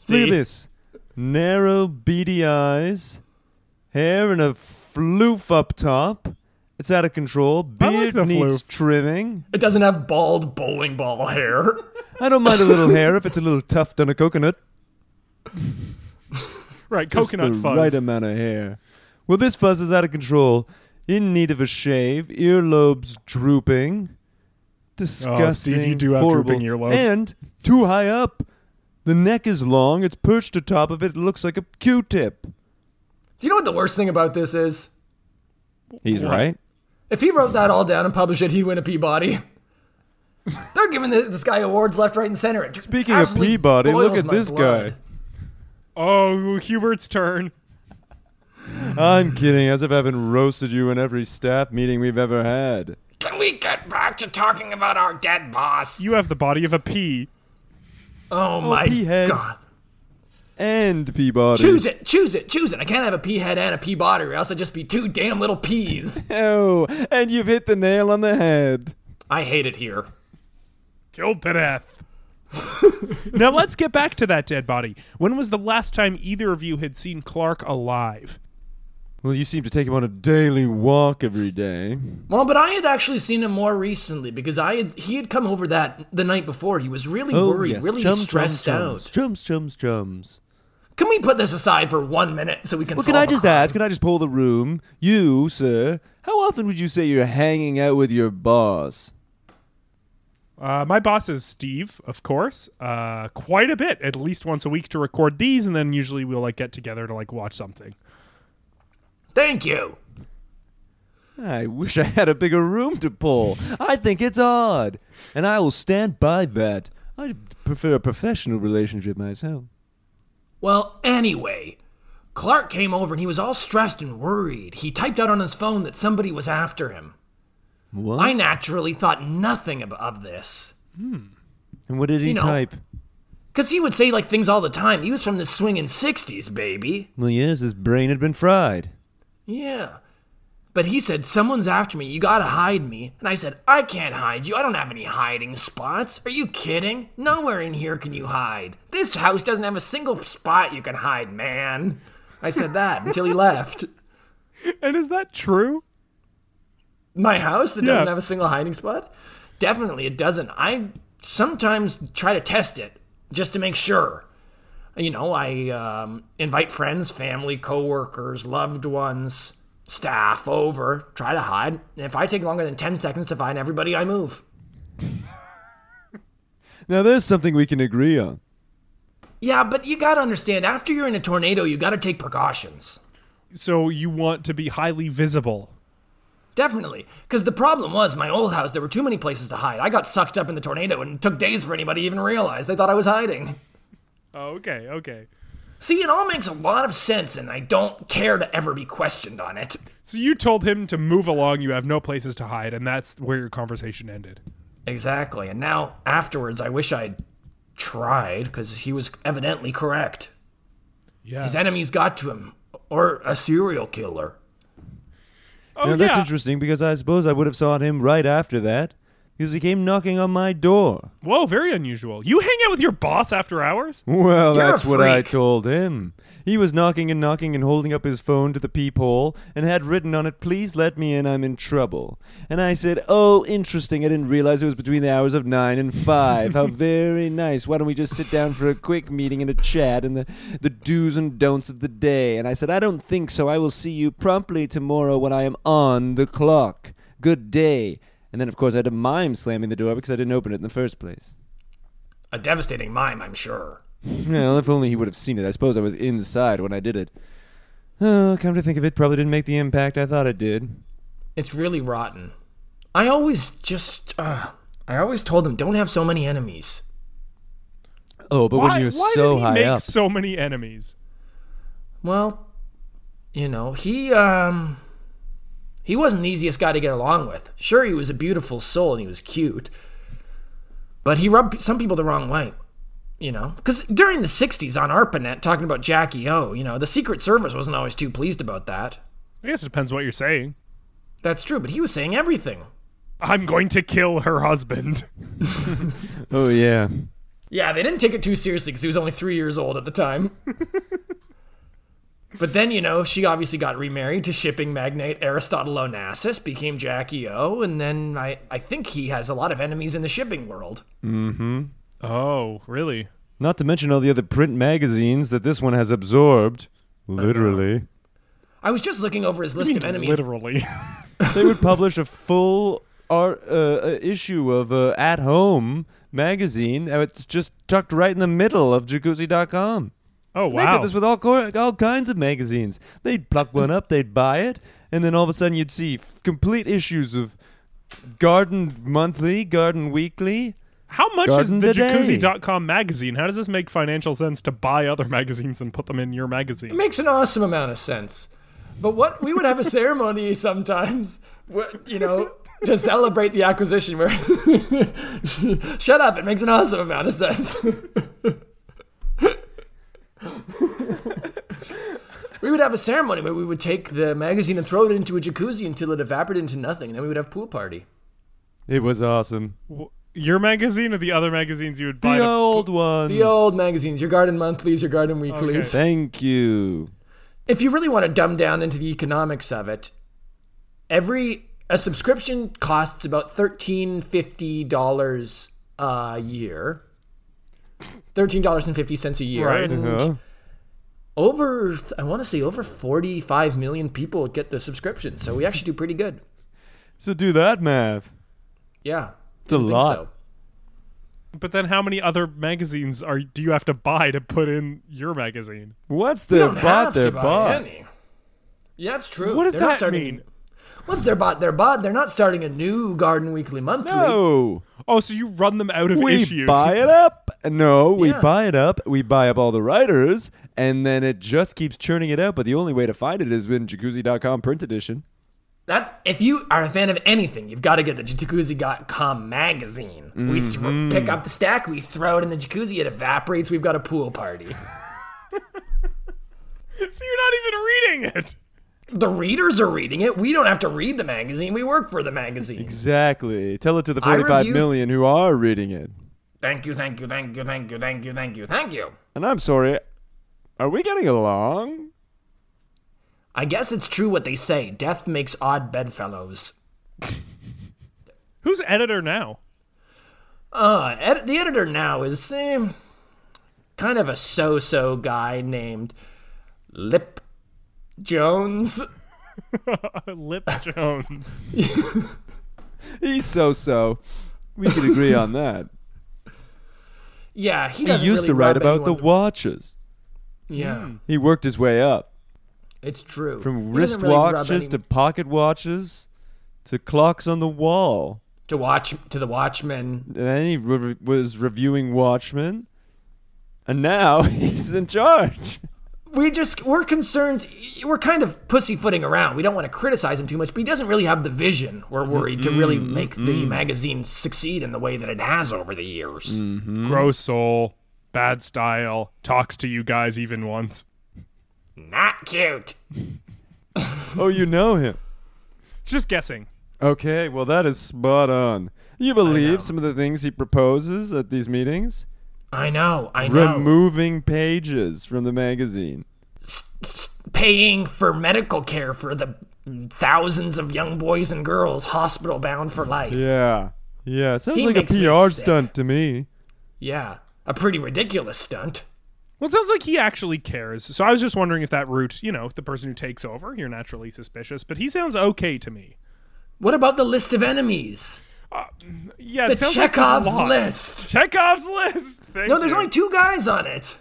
See? Look at this. Narrow beady eyes, hair and a floof up top. It's out of control. I like Beard the needs floof. trimming. It doesn't have bald bowling ball hair. I don't mind a little hair if it's a little tuft on a coconut. Right, Just coconut the fuzz. Right amount of hair. Well, this fuzz is out of control. In need of a shave. Earlobes drooping. Disgusting. Oh, you do have horrible. drooping earlobes. And too high up. The neck is long, it's perched atop of it, it looks like a Q tip. Do you know what the worst thing about this is? He's right. If he wrote that all down and published it, he'd win a Peabody. They're giving th- this guy awards left, right, and center. It Speaking of absolutely Peabody, look boils at my this blood. guy. Oh, Hubert's turn. I'm kidding, as if I haven't roasted you in every staff meeting we've ever had. Can we get back to talking about our dead boss? You have the body of a pea. oh my pea head. god. And Peabody. Choose it, choose it, choose it. I can't have a pea head and a pea body, or else I'd just be two damn little peas. Oh, and you've hit the nail on the head. I hate it here. Killed to death. now let's get back to that dead body. When was the last time either of you had seen Clark alive? Well, you seem to take him on a daily walk every day. Well, but I had actually seen him more recently because I had he had come over that the night before. He was really Oh, worried, really stressed out. Chums, chums, chums. Can we put this aside for one minute so we can? Well, solve can I a just crime? ask, can I just pull the room? You, sir, how often would you say you're hanging out with your boss? Uh, my boss is Steve, of course. Uh, quite a bit, at least once a week to record these, and then usually we'll like get together to like watch something. Thank you. I wish I had a bigger room to pull. I think it's odd. And I will stand by that. I prefer a professional relationship myself. Well, anyway, Clark came over and he was all stressed and worried. He typed out on his phone that somebody was after him. What? I naturally thought nothing of, of this. and what did he you know. type? Because he would say like things all the time. He was from the swinging 60s, baby. Well, yes, his brain had been fried. Yeah. But he said, Someone's after me. You gotta hide me. And I said, I can't hide you. I don't have any hiding spots. Are you kidding? Nowhere in here can you hide. This house doesn't have a single spot you can hide, man. I said that until he left. And is that true? My house that doesn't Yeah. have a single hiding spot? Definitely it doesn't. I sometimes try to test it just to make sure. You know, I um, invite friends, family, coworkers, loved ones, staff over, try to hide. And if I take longer than 10 seconds to find everybody, I move. Now, there's something we can agree on. Yeah, but you gotta understand, after you're in a tornado, you gotta take precautions. So you want to be highly visible. Definitely. Because the problem was, my old house, there were too many places to hide. I got sucked up in the tornado and it took days for anybody to even realize. They thought I was hiding. Oh, okay, okay. See, it all makes a lot of sense, and I don't care to ever be questioned on it. So you told him to move along, you have no places to hide, and that's where your conversation ended. Exactly. And now, afterwards, I wish I'd tried, because he was evidently correct. Yeah. His enemies got to him, or a serial killer. oh, now, that's yeah. interesting because I suppose I would have sought him right after that because he came knocking on my door. Whoa, very unusual. You hang out with your boss after hours? Well, You're a that's what I freak. told him. He was knocking and knocking and holding up his phone to the peephole and had written on it, Please let me in, I'm in trouble. And I said, Oh, interesting. I didn't realize it was between the hours of 9 and 5. How very nice. Why don't we just sit down for a quick meeting and a chat and the, the do's and don'ts of the day? And I said, I don't think so. I will see you promptly tomorrow when I am on the clock. Good day. And then, of course, I had to mime slamming the door because I didn't open it in the first place. A devastating mime, I'm sure. Well, if only he would have seen it. I suppose I was inside when I did it. Oh, come to think of it, probably didn't make the impact I thought it did. It's really rotten. I always just. Uh, I always told him, don't have so many enemies. Oh, but why when you're why so did he high make up, so many enemies? Well, you know, he um he wasn't the easiest guy to get along with. Sure, he was a beautiful soul and he was cute. But he rubbed some people the wrong way, you know? Cuz during the 60s on ARPANET talking about Jackie O, you know, the Secret Service wasn't always too pleased about that. I guess it depends what you're saying. That's true, but he was saying everything. I'm going to kill her husband. oh yeah, Yeah, they didn't take it too seriously because he was only three years old at the time. but then, you know, she obviously got remarried to shipping magnate Aristotle Onassis, became Jackie O, and then I, I think he has a lot of enemies in the shipping world. Oh, really? not to mention all the other print magazines that this one has absorbed. Literally, I was just looking over his list of enemies. Literally. they would publish a full art uh, uh, issue of uh, At Home magazine. Uh, It's just tucked right in the middle of jacuzzi.com. Oh They wow. did this with all cor- all kinds of magazines. They'd pluck one up, they'd buy it, and then all of a sudden you'd see f- complete issues of Garden Monthly, Garden Weekly. How much Garden is the today. jacuzzi.com magazine? How does this make financial sense to buy other magazines and put them in your magazine? It makes an awesome amount of sense. But what we would have a ceremony sometimes, wh- you know, to celebrate the acquisition. Where shut up, it makes an awesome amount of sense. we would have a ceremony where we would take the magazine and throw it into a jacuzzi until it evaporated into nothing, and then we would have pool party. It was awesome. W- Your magazine or the other magazines you would buy? The to- old ones. The old magazines, your garden monthlies, your garden weeklies. Okay. Thank you. if you really want to dumb down into the economics of it, every a subscription costs about thirteen fifty dollars a year. Thirteen dollars and fifty cents a year, Right. and Huh? over I want to say over forty five million people get the subscription, so we actually do pretty good. So do that math. Yeah, It's a I think lot. so. But then, how many other magazines are do you have to buy to put in your magazine? What's You their don't have bot? to Their buy bot. any. Yeah, that's true. What does They're not that starting- mean? What's their bot? Their bot. They're not starting a new Garden Weekly monthly. No, Oh, so you run them out of we issues? buy it up. No, we Yeah. buy it up. We buy up all the writers, and then it just keeps churning it out. But the only way to find it is in jacuzzi.com print edition. That if you are a fan of anything, you've got to get the jacuzzi.com magazine. We Mm-hmm. thro- pick up the stack, we throw it in the jacuzzi, it evaporates. We've got a pool party. so you're not even reading it. the readers are reading it. We don't have to read the magazine. We work for the magazine. Exactly. Tell it to the I forty-five million review- who are reading it. Thank you, thank you, thank you, thank you, thank you, thank you, thank you. And I'm sorry, are we getting along? I guess it's true what they say. Death makes odd bedfellows. Who's editor now? Uh, ed- the editor now is um, kind of a so-so guy named Lip Jones. Lip Jones. He's so-so. We could agree on that. Yeah, he, He doesn't used really to write rub about the anyone- watches. Yeah. He worked his way up Hmm. It's true. from He doesn't wrist really rub watches any- to pocket watches to clocks on the wall. to watch to the Watchmen. And then he re- was reviewing Watchmen, and now he's in charge. We just we're concerned. We're kind of pussyfooting around. We don't want to criticize him too much, but he doesn't really have the vision. We're worried to really make the magazine succeed in the way that it has over the years. Mm. Hmm. Gross soul, bad style, talks to you guys even once. Not cute. Oh, you know him. Just guessing. Okay, well that is spot on. You believe some of the things he proposes at these meetings? I know. I know. Removing pages from the magazine. S- paying for medical care for the thousands of young boys and girls hospital bound for life. Yeah. Yeah, sounds He like a makes me PR sick. stunt to me. yeah. A pretty ridiculous stunt. Well, it sounds like he actually cares. So I was just wondering if that route, you know, the person who takes over, you're naturally suspicious, but he sounds okay to me. What about the list of enemies? Yeah, it The sounds like there's Chekhov's lots. list. Chekhov's list. Thank No, there's you. only two guys on it.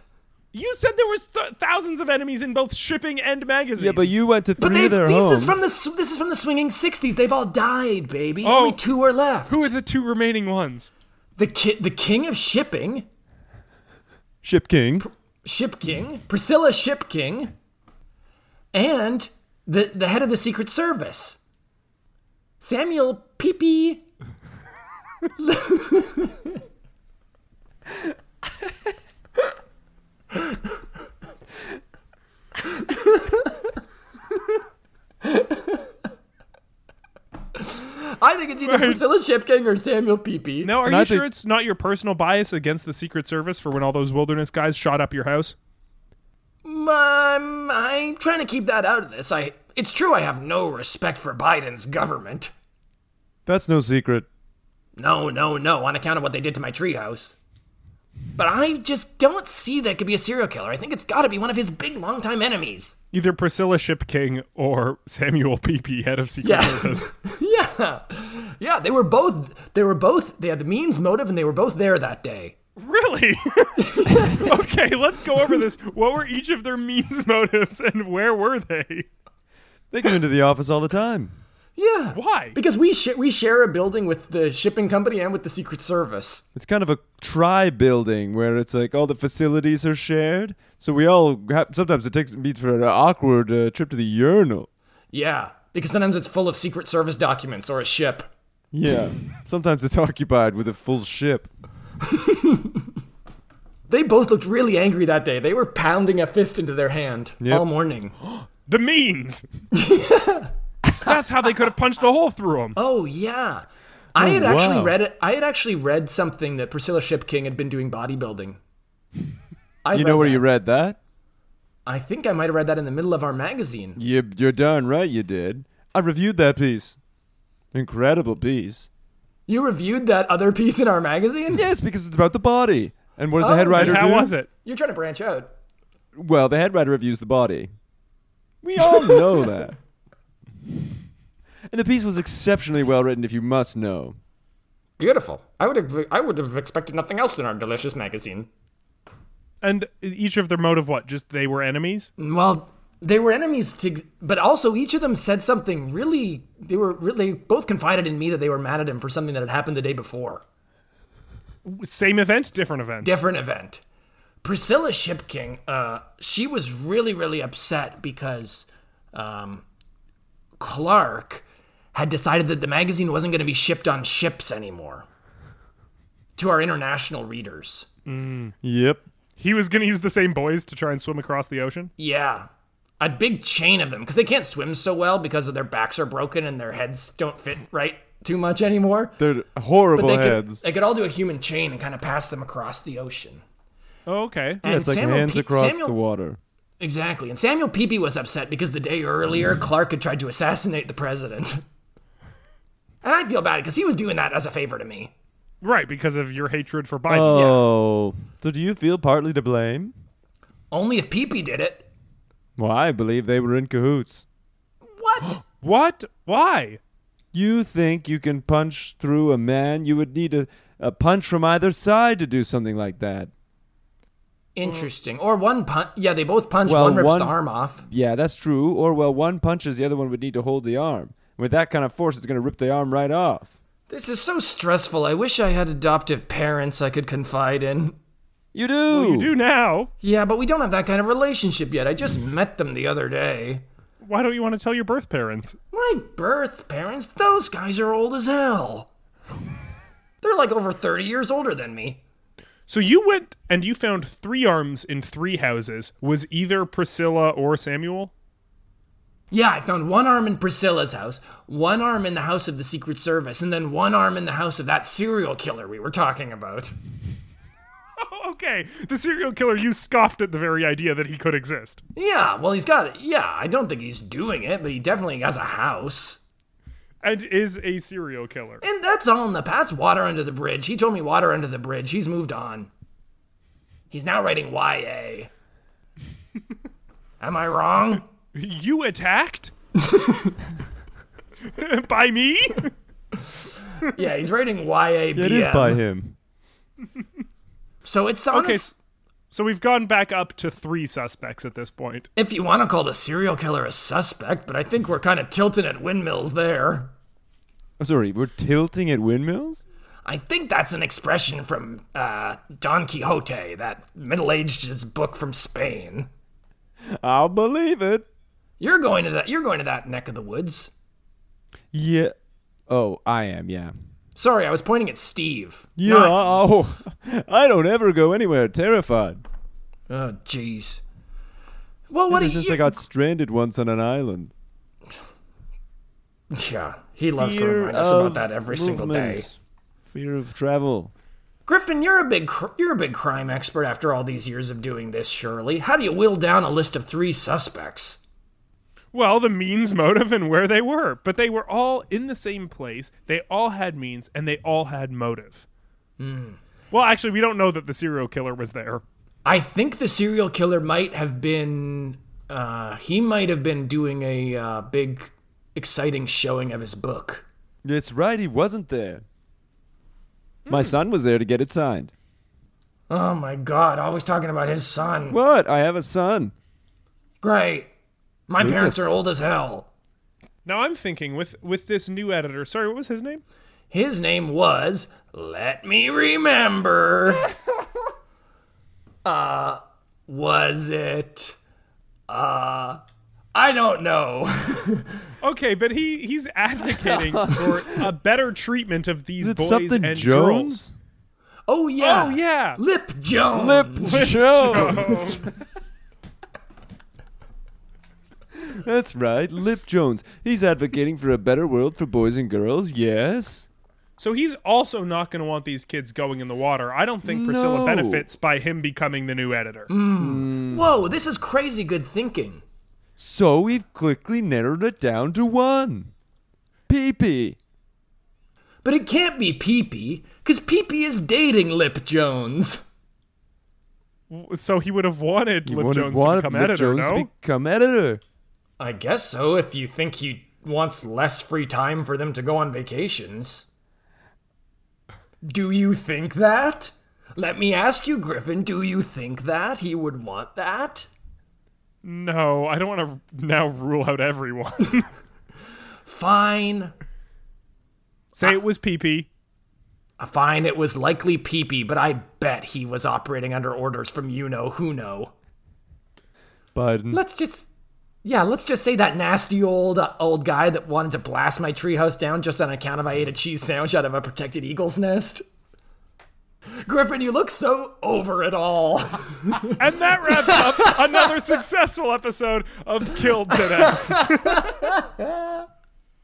You said there was th- thousands of enemies in both shipping and magazines. Yeah, but you went to But three they of their this homes. is from the sw- this is from the swinging '60s. They've all died, baby. Oh. Only two are left. Who are the two remaining ones? the ki- the king of shipping, Ship King. ship king, Priscilla Ship King, and the the head of the Secret Service, Samuel Peepee. I think it's either Priscilla Ship King or Samuel Peepee. Now, are And you I sure think- it's not your personal bias against the Secret Service for when all those wilderness guys shot up your house? Um, I'm trying to keep that out of this. I it's true I have no respect for Biden's government. That's no secret. No, no, no, on account of what they did to my treehouse. But I just don't see that it could be a serial killer. I think it's got to be one of his big longtime enemies. Either Priscilla Shipking or Samuel Peepee, head of Secret Yeah. Service. Yeah, yeah. They were both. They were both. They had the means, motive, and they were both there that day. Really? okay, let's go over this. What were each of their means motives and where were they? They come into the office all the time. Yeah. Why? Because we sh- we share a building with the shipping company and with the Secret Service. It's kind of a tri building where it's like all the facilities are shared. So we all have, sometimes it takes me for an awkward uh, trip to the urinal. Yeah, because sometimes it's full of Secret Service documents or a ship. Yeah. sometimes it's occupied with a full ship. They both looked really angry that day. They were pounding a fist into their hand Yep. all morning. The means. That's how they could have punched the hole through them. Oh yeah. I had actually Oh, wow. read it. I had actually read something that Priscilla Shipking had been doing bodybuilding. I You know where that. you read that? I think I might have read that in the middle of our magazine. You, you're darn right you did. I reviewed that piece. Incredible piece. You reviewed that other piece in our magazine. Yes, because it's about the body. And what does Oh, the head writer How do? was it? You're trying to branch out. Well, the head writer reviews the body. We all know that. And the piece was exceptionally well written, if you must know. Beautiful. I would have. I would have expected nothing else in our delicious magazine. And each of their motive, what? Just they were enemies? Well, they were enemies, to, but also each of them said something really. They were really both confided in me that they were mad at him for something that had happened the day before. Same event, different event. Different event. Priscilla Shipking, uh, she was really, really upset because um, Clark had decided that the magazine wasn't going to be shipped on ships anymore to our international readers. Yep. he was going to use the same boys to try and swim across the ocean? Yeah. A big chain of them because they can't swim so well because of their backs are broken and their heads don't fit right too much anymore. They're horrible They could, heads. they could all do a human chain and kind of pass them across the ocean. Oh, okay. yeah, it's like Samuel hands Pe- across Samuel- the water. Exactly. And Samuel Peepy was upset because the day earlier Mm-hmm. Clark had tried to assassinate the president. and I feel bad because he was doing that as a favor to me. Right, because of your hatred for Biden. Oh. So do you feel partly to blame? Only if Peepy did it. Well, I believe they were in cahoots. What? What? Why? You think you can punch through a man? You would need a, a punch from either side to do something like that. Interesting. Or one punch. Yeah, they both punch. Well, one rips one- the arm off. Yeah, that's true. Or, well, one punches, the other one would need to hold the arm. With that kind of force, it's going to rip the arm right off. This is so stressful. I wish I had adoptive parents I could confide in. You do. You do now. Yeah, but we don't have that kind of relationship yet. I just met them the other day. Why don't you want to tell your birth parents? My birth parents, those guys are old as hell. They're like over 30 years older than me. So you went and you found three arms in three houses. Was either Priscilla or Samuel? Yeah, I found one arm in Priscilla's house, one arm in the house of the Secret Service, and then one arm in the house of that serial killer we were talking about. Oh, okay. The serial killer, you scoffed at the very idea that he could exist. Yeah, well, he's got it. Yeah, I don't think he's doing it, but he definitely has a house. And is a serial killer. And that's all in the past. Water under the bridge. He told me water under the bridge. He's moved on. He's now writing YA. Am I wrong? You attacked? By me? Yeah, he's writing YA. It is by him. So it's honest. Okay, s- so we've gone back up to three suspects at this point. if you want to call the serial killer a suspect, but I think we're kind of tilting at windmills there. Oh, sorry, we're tilting at windmills? I think that's an expression from uh, Don Quixote, that middle-aged book from Spain. I'll believe it. You're going to that. You're going to that neck of the woods. Yeah. Oh, I am, yeah. Sorry, I was pointing at Steve. Yeah. Not- Oh, I don't ever go anywhere terrified. oh, jeez. Well, what Ever do you? since I got stranded once on an island. yeah, he loves to Fear remind us of about that every single day. movement. Fear of travel. Griffin, you're a big cr- you're a big crime expert after all these years of doing this. Surely, how do you whittle down a list of three suspects? Well, the means, motive, and where they were. But they were Hmm. all in the same place. They all had means and they all had motive. Well, actually, we don't know that the serial killer was there. I think the serial killer might have been. Uh, he might have been doing a uh, big, exciting showing of his book. That's right, he wasn't there. Hmm. My son was there to get it signed. Oh my God! Always talking about his son. What? I have a son. Great. My parents Lucas. are old as hell. Now I'm thinking with with this new editor. Sorry, what was his name? His name was. Let me remember. uh, was it? Uh, I don't know. Okay, but he he's advocating for a better treatment of these Is it boys something and Jones? Oh yeah. girls. Oh yeah. Lip Jones. Oh. Lip Jones. That's right, Lip Jones. He's advocating for a better world for boys and girls, yes? So he's also not going to want these kids going in the water. I don't think Priscilla No. benefits by him becoming the new editor. Whoa! This is crazy good thinking. So we've quickly narrowed it down to one. Pee pee. But it can't be Peepee, because Peepee is dating Lip Jones. So he would have wanted Lip Wanted- Jones to wanted become Lip editor, no? Jones to become editor. I guess so, if you think he wants less free time for them to go on vacations. Do you think that? Let me ask you, Griffin, do you think that he would want that? no, I don't want to now rule out everyone. Fine. Say it was PP. Uh, Fine, it was likely Peepee, but I bet he was operating under orders from you know who know. Biden. Let's just. Yeah, let's just say that nasty old uh, old guy that wanted to blast my treehouse down just on account of I ate a cheese sandwich out of a protected eagle's nest. Griffin, you look so over it all. And that wraps up another successful episode of Killed Today.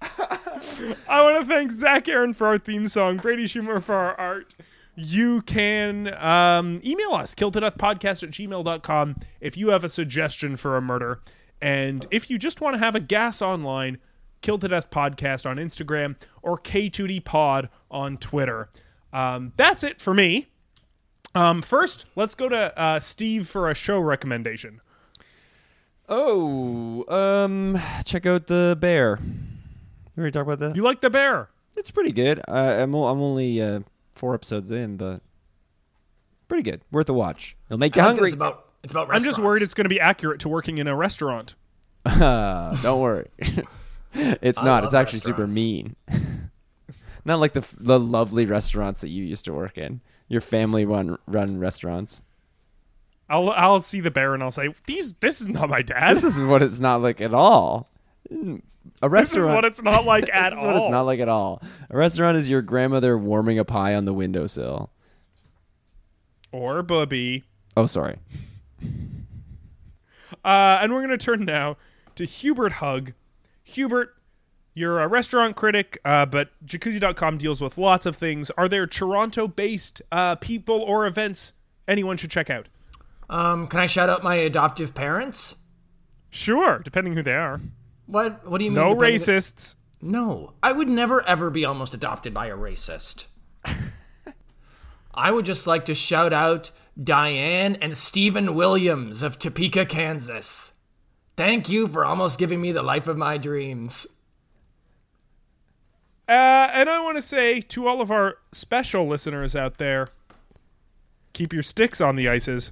I want to thank Zach Aaron for our theme song, Brady Schumer for our art. You can um, email us, killtodeathpodcast at gmail.com, if you have a suggestion for a murder. And if you just want to have a gas online, Kill to Death Podcast on Instagram or K2D Pod on Twitter. Um, that's it for me. Um, first, let's go to uh, Steve for a show recommendation. Oh, um, check out the bear. We already talked about that. You like the bear? It's pretty good. Uh, I'm o- I'm only uh, four episodes in, but pretty good. Worth a watch. It'll make you hungry. It's about it's about. I'm just worried it's going to be accurate to working in a restaurant. Uh, don't worry. it's not. love It's actually super restaurants. mean. not like the f- the lovely restaurants that you used to work in. Your family run run restaurants. I'll I'll see the bear and I'll say these. This is not my dad. This is what it's not like at all. Mm, A This restaurant. is what it's not like at this is all. what it's not like at all. A restaurant is your grandmother warming a pie on the windowsill. or booby. Oh, sorry. Uh, and we're going to turn now to Hubert Hug. Hubert, you're a restaurant critic, uh, but Jacuzzi.com deals with lots of things. Are there Toronto-based uh, people or events anyone should check out? Um, can I shout out my adoptive parents? Sure, depending who they are. What What do you mean? No depending- racists. No, I would never ever be almost adopted by a racist. I would just like to shout out Diane and Stephen Williams of Topeka, Kansas. Thank you for almost giving me the life of my dreams. Uh, and I want to say to all of our special listeners out there, keep your sticks on the ices.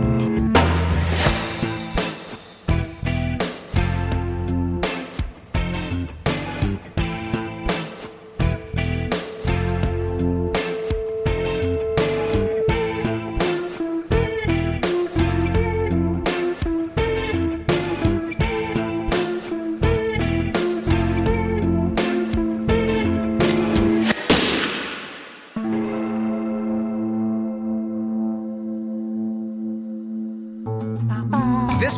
This